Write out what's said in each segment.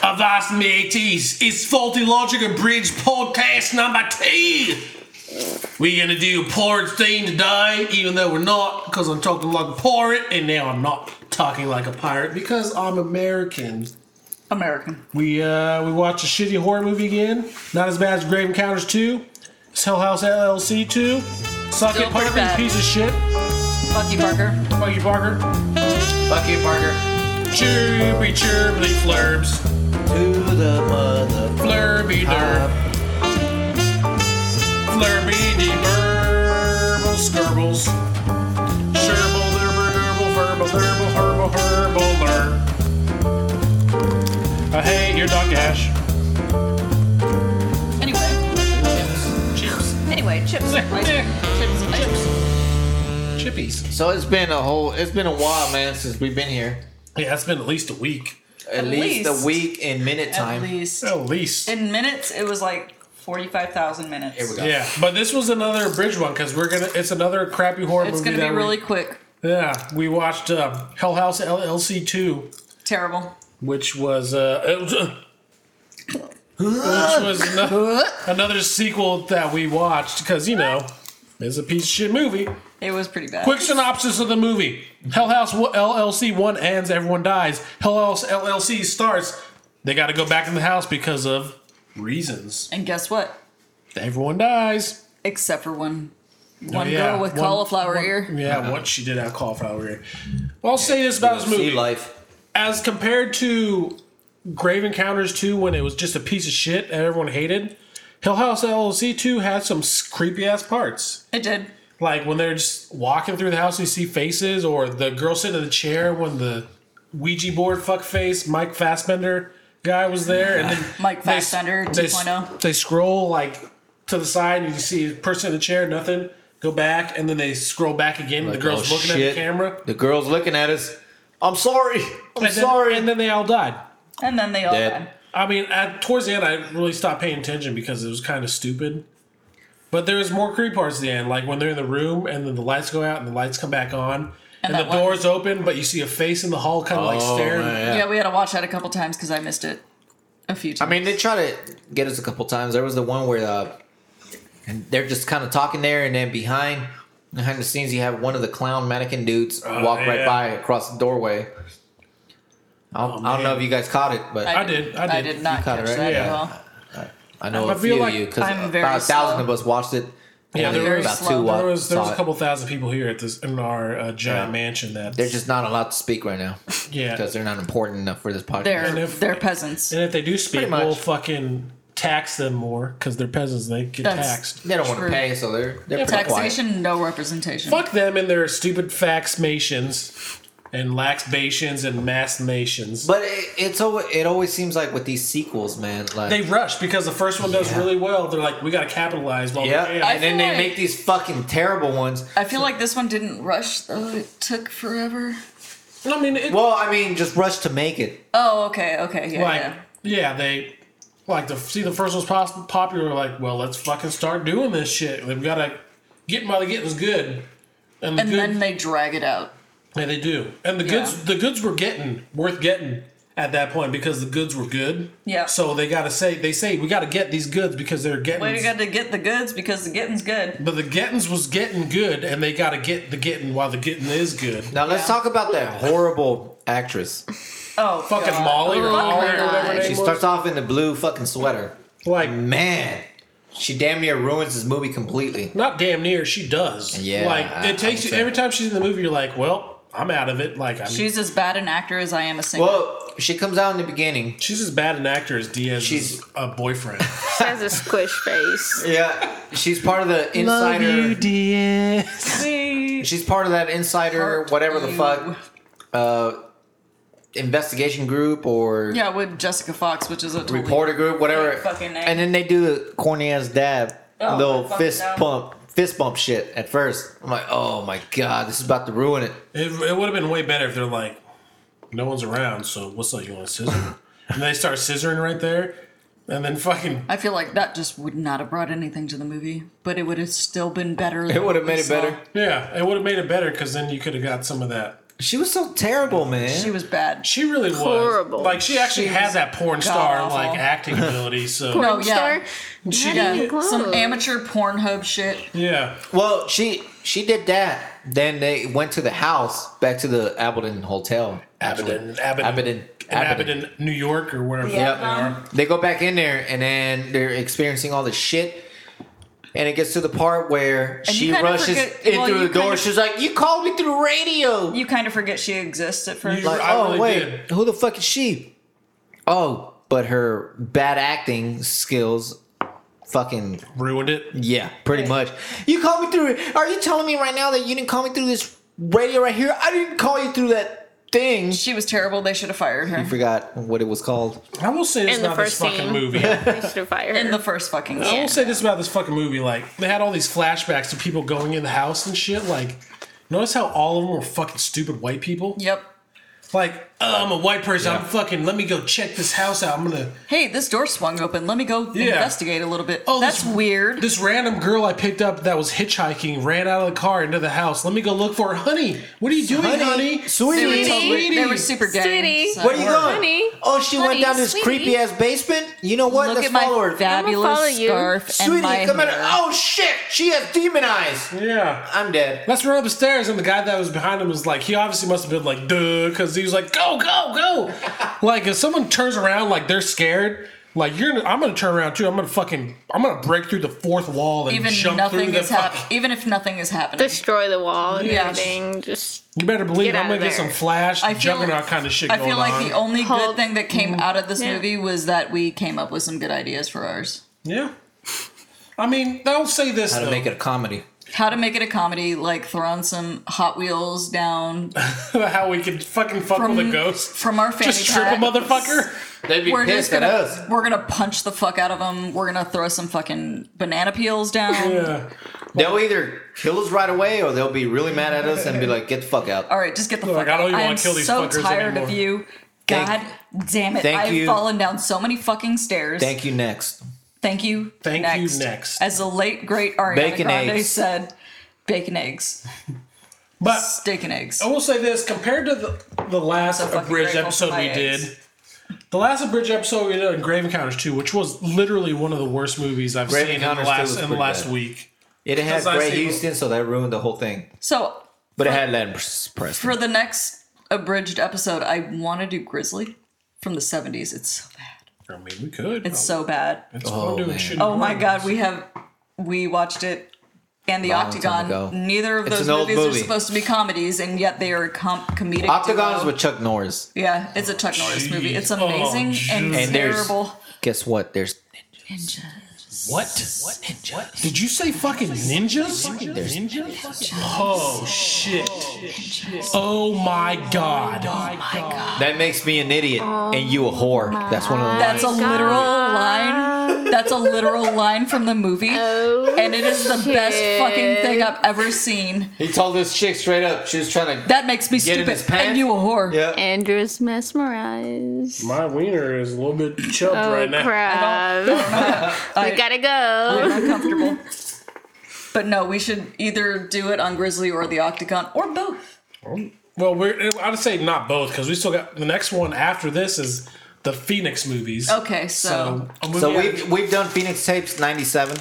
Avast mateys, it's Faulty Logic Abridged podcast number two. We're gonna do porridge theme today, even though we're not, because I'm talking like a pirate, and now I'm not talking like a pirate because I'm American. American. We uh we watched a shitty horror movie again. Not as bad as Grave Encounters 2, It's Hell House LLC 2, Suck Still It pretty Parker, you bad. piece of shit. Fuck you, Parker. Fuck you, Parker. Fuck you, Parker. Chirpy chirpy flurbs. To the mother. Flurby derp. Flurby de burble skirbles. Sherble derble derble verbal derble herbal herbal derp. I hate your duck ash. Anyway, Cheers. anyway, chips. Right? chips, chips. Chippies. So it's been a whole, it's been a while, man, since we've been here. Yeah, it's been at least a week. At, At least, least. a week in minute At time. least At least. in minutes, it was like forty-five thousand minutes. Here we go. Yeah, but this was another bridge one because we're gonna. It's another crappy horror It's movie. gonna be that we- really quick. Yeah, we watched uh, Hell House LLC two. Terrible. which was uh, it was, uh, which was ano- another sequel that we watched because you know it's a piece of shit movie. It was pretty bad. Quick synopsis of the movie: Hell House wa- LLC one ends, everyone dies. Hell House LLC starts. They got to go back in the house because of reasons. And guess what? Everyone dies. Except for one, one yeah. girl with One- cauliflower ear. Yeah, what she did at cauliflower ear. Well, I'll say this about this See movie: life. as compared to Grave Encounters 2 when it was just a piece of shit and everyone hated, Hill House LLC 2 had some creepy ass parts. It did. Like when they're just walking through the house, you see faces, or the girl sitting in the chair when the Ouija board fuck face Mike Fassbender guy was there, and then Mike they- Fassbender oh. they, 2.0. They scroll like to the side, and you see a person in the chair, nothing. Go back, and then they scroll back again. and the girl's Oh, looking at shit. the camera. The girl's looking at us. I'm sorry. I'm And then- sorry. and then they all died. And then they all Dead. died. I mean, at, towards the end, I really stopped paying attention because it was kind of stupid. But there was more creepy parts at the end, like when they're in the room and then the lights go out and the lights come back on, and, that the one- doors open, but you see a face in the hall, kind of like Oh, staring. man, yeah. Yeah, we had to watch that a couple times because I missed it a few times. I mean, they try to get us a couple times. There was the one where uh, and they're just kind of talking there, and then behind behind the scenes, you have one of the clown mannequin dudes walk Oh, yeah. right by across the doorway. I don't, I don't know Oh, man. if you guys caught it, but I did, I I did. did not You caught it, catch right? that at Yeah. all. I know I a feel feeel few like of you because I'm about very a thousand slow. of us watched it. Yeah, Only there was- about slow. two wa- There was there was saw a it. couple thousand people here at this in our uh, giant mansion. That They're just not allowed to speak right now yeah, because they're not important enough for this podcast. They're And if- they're peasants. and if they do speak, Pretty much. we'll fucking tax them more because they're peasants. They get That's- taxed. They don't want True. to pay, so they're they're pretty quiet. Taxation, no representation. Fuck them and their stupid faxmations and laxbations and massmations. But it, it's always, it always seems like with these sequels, man, like They rush because the first one does Yeah. really well. They're like, we got to capitalize. While Yeah, we can. and I then feel they like- make these fucking terrible ones. I feel like this one didn't rush though. It took forever. I mean, it, Well, I mean, just rush to make it. Oh, okay, okay, yeah, like, yeah. yeah, they like the see the first one's pos- popular. Like, well, let's fucking start doing this shit. We've got to get by the getting's good, and the And good then they drag it out. yeah, they do, and the goods the goods were getting worth getting at that point because the goods were good. Yeah. So they got to say they say we got to get these goods because they're getting. Way to got to get the goods because the getting's good. but the gettings was getting good, and they got to get the getting while the getting is good. Now let's Yeah. talk about that horrible actress. Oh, Fucking God. Molly or Fuck Molly or her. whatever her She name was. starts off in the blue fucking sweater. Like Man, she damn near ruins this movie completely. not damn near she does Yeah, like I- it takes I you would say. every time she's in the movie you're like well i'm out of it like i'm she's, She's as bad an actor as I am a singer. Well, she comes out in the beginning. as bad an actor as diaz She's- she's a boyfriend She has a squish face. Yeah, she's part of the insider. diaz She's part of that insider, Hurt whatever the you. fuck, uh, investigation group or yeah, with Jessica Fox, which is a totally reporter group, whatever. Great fucking name. And then they do the corny ass dab, Oh, little my fucking fist God. pump, fist bump shit. At first, I'm like, oh my god, this is about to ruin it. it, it would have been way better if they're like no one's around so what's up you want to scissor and they start scissoring right there and then fucking I feel like that just would not have brought anything to the movie, but it would have still been better. It would have made it better. yeah it would have made it better because then you could have got some of that She was so terrible, man. She was bad. She really was Horrible. Like she actually She had was that porn star god-awful. like acting ability. So No, Porn Oh, yeah. Star? She Not yeah, even close. some amateur Pornhub shit. yeah, well, she she did that. Then they went to the house, back to the Aberdeen Hotel. actually. Aberdeen, Aberdeen, Aberdeen, in Aberdeen. Aberdeen, New York, or wherever. Yep. they are. They go back in there, and then they're experiencing all this shit. And it gets to the part where And you she kinda rushes forget- in well, through you the door. kinda- She's like, "You called me through the radio." You kind of forget she exists at first. You- like, I oh really wait, did. who the fuck is she? Oh, but her bad acting skills, fucking Ruined it. yeah, pretty much. You called me through. Are you telling me right now that you didn't call me through this radio right here? I didn't call you through that thing. she was terrible. They should have fired I her forgot what it was called. I will say this In the about this first fucking scene. movie. They should have fired her. in the first fucking. I will scene. say this about this fucking movie. Like they had all these flashbacks to people going in the house and shit. Like notice how all of them were fucking stupid white people. Yep. Like oh, I'm a white person. I'm fucking. Let me go check this house out. I'm gonna. Hey, this door swung open. Let me go Yeah. investigate a little bit. Oh, Oh, that's this- weird. This random girl I picked up that was hitchhiking ran out of the car into the house. Let me go look for her. Honey, what are you doing, honey? Honey, sweetie. They were Sweetie. totally- They were super gay. Sweetie. so- Where are you going? Honey, oh, she went honey, down this sweetie. creepy ass basement. You know what? Look Let's at my follow her. follow fabulous you. scarf Sweetie, and my come hair. at her. Oh shit, she has demon eyes. Yeah. I'm dead. Let's run upstairs, and the guy that was behind him was like, he obviously must have been like, duh, because he was like, go, go, go. like, if someone turns around like they're scared, like you're, gonna, I'm gonna turn around too. I'm gonna fucking, I'm gonna break through the fourth wall and even jump through nothing the is happening. fucking. Even if nothing is happening, Destroy the wall and Yeah. everything. Just You better believe Get I'm out gonna of get there. some flash I feel juggernaut kind of shit I going feel like on. the only Hulk. good thing that came out of this Yeah. movie was that we came up with some good ideas for ours. yeah. I mean, don't say this. How to though. make it a comedy? How to make it a comedy, like throwing some Hot Wheels down how we could fucking fuck from with a ghost. from our fanny Just strip a pack. motherfucker. They'd be We're just pissed at gonna us. we're gonna punch the fuck out of them. We're gonna throw some fucking banana peels down. Yeah. They'll either kill us right away or they'll be really mad at us and be like, get the fuck out. All right, just get the Look, fuck I out. don't even wanna am kill these so fuckers tired of anymore. you. Thank- God damn it! thank I've you. fallen down so many fucking stairs. Thank you, next. Thank you. Thank you, next. next. As the late great Ariana Bacon, Grande eggs. said, bacon eggs, But steak and eggs. I will say this compared to the, the last So fucking abridged grateful for episode my we eggs. did, the last abridged episode we did on Grave Encounters 2, which was literally one of the worst movies I've Grave seen in the Encounters 2 was last, in the pretty last bad. week. It had Because I Grey see- Houston, so that ruined the whole thing. So But it had Latin Press. for the next abridged episode, I want to do Grizzly from the seventies. It's so bad. I mean, we could. It's so bad. It's Oh, fun doing man. shit. Oh my god, we have we watched it and the Long time ago. Octagon. Neither of It's those an old movies movie. are supposed to be comedies, and yet they are com- comedic. Octagon's duo. with Chuck Norris. yeah, it's a Chuck Norris movie. It's Oh, amazing and, jeez. And there's- terrible. Guess what? There's What? What? Did you say fucking ninjas? Ninjas? Oh shit. Oh my god. that makes me an idiot and you a whore. That's one of the That's a lines. literal line. That's a literal line from the movie, oh, and it is the best shit. fucking thing I've ever seen. He told this chick straight up. She was trying to. That makes me Get in stupid. his pants? And you a whore. yeah. Andrew's mesmerized. My wiener is a little bit chubby Oh right now. crap! I, We gotta go. I'm uncomfortable. But no, we should either do it on Grizzly or the Octagon or both. Well, we're, I'd say not both because we still got the next one after this is the Phoenix movies. Okay, so, So, a movie So I- we've, we've done Phoenix Tapes 97.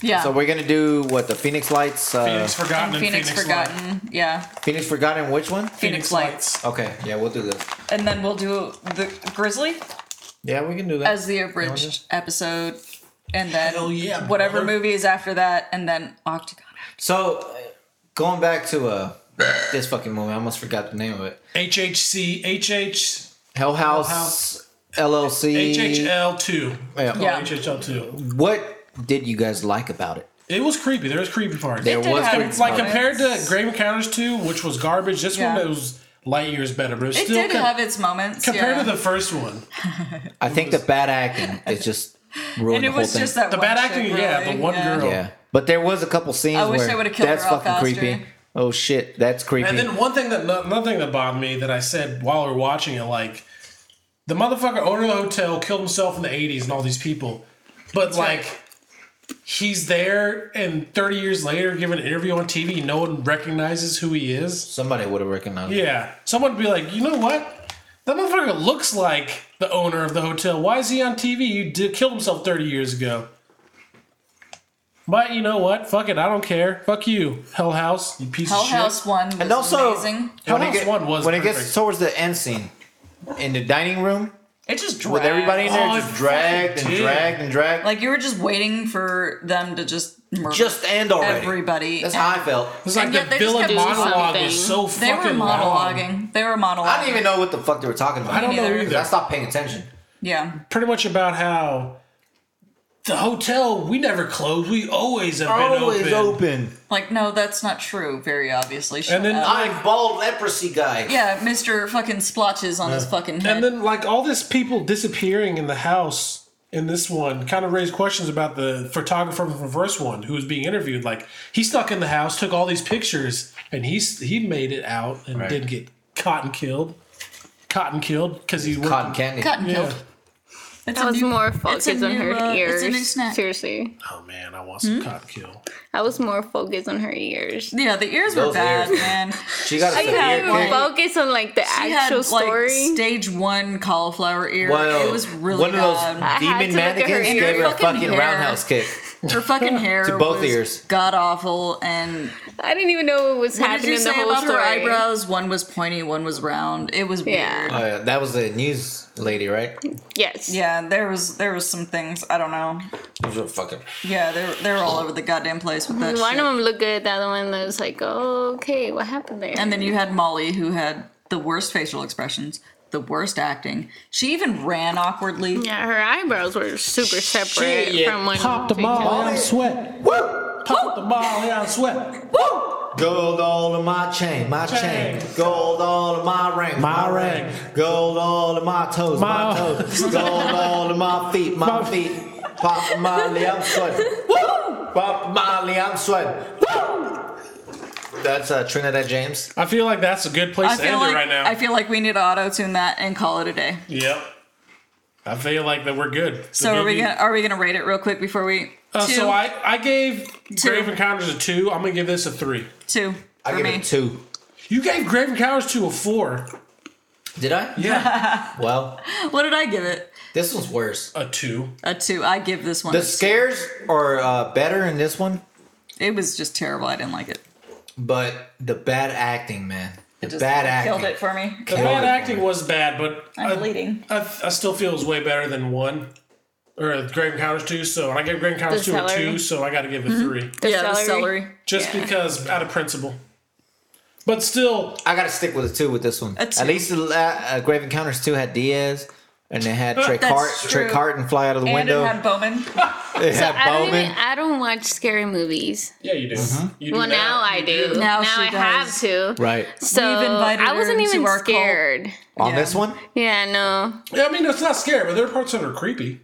yeah, So we're going to do what? The Phoenix Lights? Uh, Phoenix Phoenix. Forgotten And and Ah. Phoenix, Phoenix, Forgotten, yeah, Phoenix, Forgotten, which one? Lights. Okay. Yeah, we'll do this. and then we'll do the Grizzly Yeah, we can do that. as the abridged episode, and then Hell yeah, whatever brother. movie is after that, and then Octagon. So, uh, going back to uh, this fucking movie, I almost forgot the name of it. HHC, HH, Hell House, House. LLC. HHL2. Yeah. Yeah. HHL2. What did you guys like about it? It was creepy. There was creepy parts. There did have creepy its like parts. compared to Grave Encounters 2, which was garbage, this Yeah. one was light years better, but it was It still did co- have its moments compared yeah. to the first one. I think the bad acting is just and ruined the it whole was thing. just that The one bad chick, acting, yeah, really, the one girl. yeah, but there was a couple scenes I wish where they would've killed that's her off fucking faster. creepy. Oh shit, that's creepy. And then one thing that another thing that bothered me that I said while we were watching it, like the motherfucker owner of the hotel killed himself in the eighties and all these people, but like he's there and 30 years later giving an interview on TV and no one recognizes who he is? Somebody would have recognized. Yeah. Yeah. Someone would be like, you know what? That motherfucker looks like the owner of the hotel. Why is he on TV? You did, killed himself 30 years ago. But you know what? Fuck it. I don't care. Fuck you, Hell House. You piece Hell of shit. House One was And also, amazing. Hell when, it, House get- One was when it perfect. gets towards the end scene in the dining room It just dragged. with everybody in there, Oh, just it dragged and did. dragged and dragged. Like you were just waiting for them to just murder just end already. everybody. That's how I felt. It's like And the yet they just villain kept doing monologue something. was so they were fucking long. monologuing. They were monologuing. I didn't even know what the fuck they were talking about. I don't know Neither. either. I stopped paying attention. Yeah. pretty much about how the hotel we never closed. We always have been open. Like no, that's not true. Very obviously. Shut And then up. I'm bald leprosy guy. yeah, Mister fucking splotches on Uh, his fucking head. And then like all this people disappearing in the house in this one kind of raised questions about the photographer from the first one who was being interviewed. Like he snuck in the house, took all these pictures, and he's he made it out and Right. didn't get caught and killed. Cotton killed because he Cotton worked. candy. Cotton Yeah. killed. It's I a was new- more it's a focused on new, her uh, It's ears. a new snack. Seriously, Oh man, I want some cotton kill. I was more focused on her ears. Yeah, the ears were Those bad, ears. man. She got a I severe had like- candy. focus on like the She actual had story. like stage one cauliflower ear. Well, it was really one of those bad. I had to demon look at her mannequins ear. gave her a Fucking fucking hair. roundhouse kick. Her fucking hair To both was ears. god awful. And I didn't even know what was what did happening you in the say whole about story. her eyebrows? One was pointy, one was round. It was Yeah. weird. Oh, yeah, that was the news lady, right? Yes. Yeah, there was there was some things I don't know. Those were fucking. Yeah, they're they're all over the goddamn place with that One shit. of them looked good. The other one was like, oh, okay, what happened there? And then you had Molly, who had the worst facial expressions, the worst acting. She even ran awkwardly. yeah, her eyebrows were super separate yeah, from one. Pop the picture. ball out sweat. Woo! Pop the ball out sweat. Gold all in my chain, my chain. Chain. Gold all in my ring, My my ring. ring. Gold all in my toes, my, My- toes. Gold all in my feet, my, My- feet. Pop Molly, I'm sweating. Woo! Pop Molly, I'm sweating. Woo! That's uh, Trinidad James. I feel like that's a good place I to end feel like it right now. I feel like we need to auto tune that and call it a day. Yep. I feel like that we're good. The So are we movie- gonna are we gonna rate it real quick before we Uh, two so I I gave Grave Encounters a two. I'm gonna give this a three. two I for give me. it a two. You gave Grave Encounters to a four. Did I? Yeah, Well, What did I give it? this one's worse. a two. A two. I give this one. The a two. scares are uh, better in this one, It was just terrible. I didn't like it. but the bad acting, man. The It just bad killed acting. it for me. The Killed bad it. acting was bad, but I'm I- bleeding. I, I still feel it's way better than one or uh, Grave Encounters two. So and I gave Grave Encounters The two a celery. two. So I got to give it three, The yeah, celery. the celery. just because out of principle. But still, I gotta stick with a two with this one. A two. At least the la- uh, Grave Encounters two had Diaz, and it had Trey That's Cart, true. Trey Carton fly out of the And window. it had Bowman. It had I don't Bowman. even. I don't watch scary movies. yeah, you do. Mm-hmm. You do Well, now I You do. Now Now, she I does. have to. right So We've invited I her wasn't into even our cult. scared. on Yeah. this one. Yeah, no. Yeah, I mean it's not scary, but there are parts that are creepy.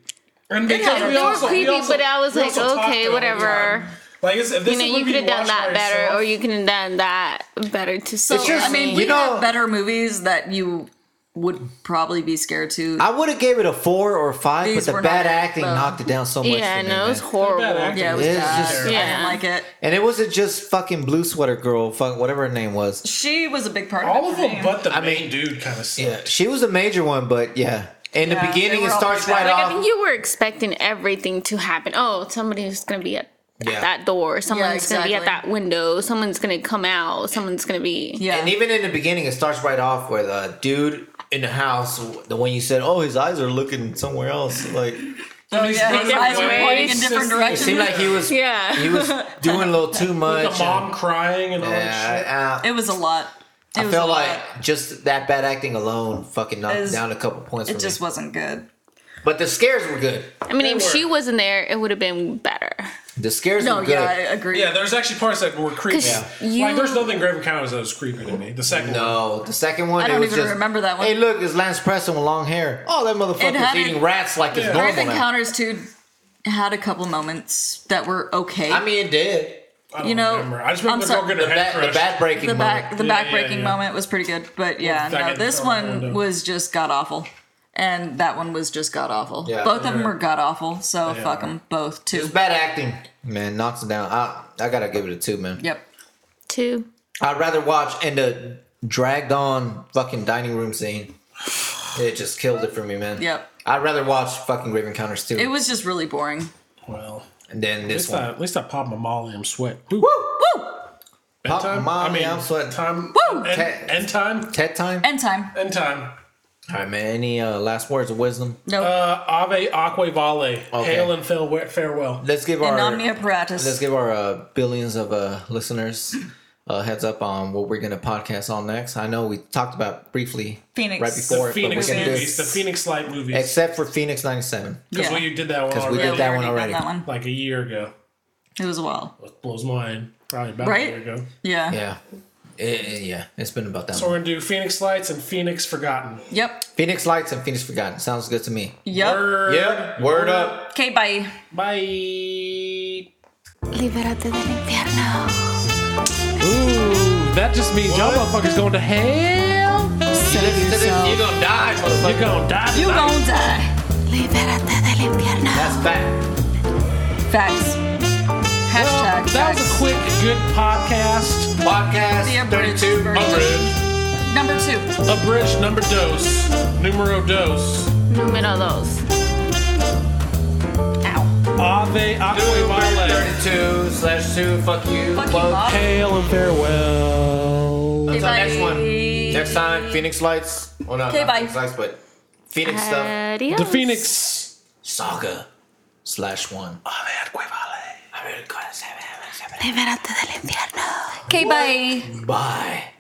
And because yeah, we they were also, we creepy, also- but I was we like, also talked okay, the whole whatever. time. Like, it's- if this You know, is you movie could have done watch that by better, yourself- or you could have done that better to so, just- I mean, You we know- have better movies that you would probably be scared to. I would have gave it a four or a five, These but were the bad not- acting well, knocked it down so much. yeah, for me, no, it was man. Bad horrible. acting. yeah, it was It's bad. just- I Yeah. didn't like it. And it wasn't just fucking blue sweater girl, fuck whatever her name was. She was a big part of All it. of for me. them, but the I main dude kind of Yeah, sucked. she was a major one, but yeah. In Yeah, the beginning, they it were all starts pretty right bad. Like, I off. think you were expecting everything to happen. Oh, somebody's gonna be at Yeah. that door. Someone's gonna exactly. be at that window. Someone's gonna come out. Someone's gonna be. yeah, And even in the beginning, it starts right off with a dude in the house. The one you said, oh, his eyes are looking somewhere else. Like oh, yeah, running his eyes were away. pointing in different It's just- it directions. seemed like he was, Yeah. he was doing a little too The much. mom crying and all that shit. yeah, I, It was a lot. It I was felt a lot. like just that bad acting alone fucking knocked Is- down a couple points. it for just me. wasn't good. but the scares were good. I mean, They if were. she wasn't there, it would have been better. The scares No, were good. yeah, I agree. Yeah, there's actually parts that were creepy. 'Cause Like, you- there's nothing Grave Encounters that was creepy to me. The second one. No, the second one. I it don't was even just, remember that one. Hey, look, it's Lance Preston with long hair. Oh, that It motherfucker's had eating it- rats like Yeah. it's normal Earth now. Encounters too had a couple moments that were okay. I mean, it did. I don't you know, remember. I just remember I'm the girl sorry. getting The, her head bat, the crushed. bat breaking the moment. back the Yeah, back yeah, breaking yeah. moment was pretty good, but yeah, the second no, this thrown out the one window. was just god awful. and that one was just god awful. Yeah. Both of them were god awful, so fuck 'em fuck them both too. It's bad acting. Man, knocks it down. I I gotta give it a two, man. Yep. Two. I'd rather watch and the dragged on fucking dining room scene. It just killed it for me, man. Yep. I'd rather watch fucking Grave Encounters too. It was just really boring. Well, than at this least, I, one. at least I popped my molly and sweat. Woo! Woo! End Pop time? Molly, I mean, I'm sweating. Time. Woo! End, Okay. end time. Ted time. End time. End time. All right, man. Any uh, last words of wisdom? Nope. Uh, ave aqua vale. Okay. Hail and farewell. farewell. Let's give In our omnia let's paratus. give our uh, billions of uh, listeners a heads up on what we're gonna podcast on next. I know we talked about briefly Phoenix. right The before, it, but we're Phoenix gonna do movies. The Phoenix Light movies. except for Phoenix '97. Because Yeah. we did that one Because we already. yeah, did that one already done that already. one. like a year ago. It was a while. It blows mine. Probably about Right? a year ago. Yeah. Yeah, Eh, eh, yeah. It's been about that. So long. we're gonna do Phoenix Lights and Phoenix Forgotten. Yep. Phoenix Lights and Phoenix Forgotten sounds good to me. Yep. Word. Yep. Word up. Okay, bye. Bye. Libérate del infierno. Ooh, that just means y'all motherfuckers going to hell. You're gonna die, motherfucker. You're gonna die. You tonight. gon' die. Libérate del infierno. That's fact. Facts. Hashtag Well, that was a facts. quick, good podcast. The Podcast abridged 32. Abridged. version. Number two. Abridged number dos. Numero dos. Número dos. Ow. Ave aqua vale. 32 slash 2. Fuck you. Fuck you, Plug. Bob. Hail and farewell. Okay, Until next bye. one. Next time, Phoenix Lights. Well, not, Okay, not bye. Uh, Phoenix Lights, but Phoenix stuff. Adiós. The Phoenix. Saga slash 1. Libérate del infierno. Okay, bye. Bye.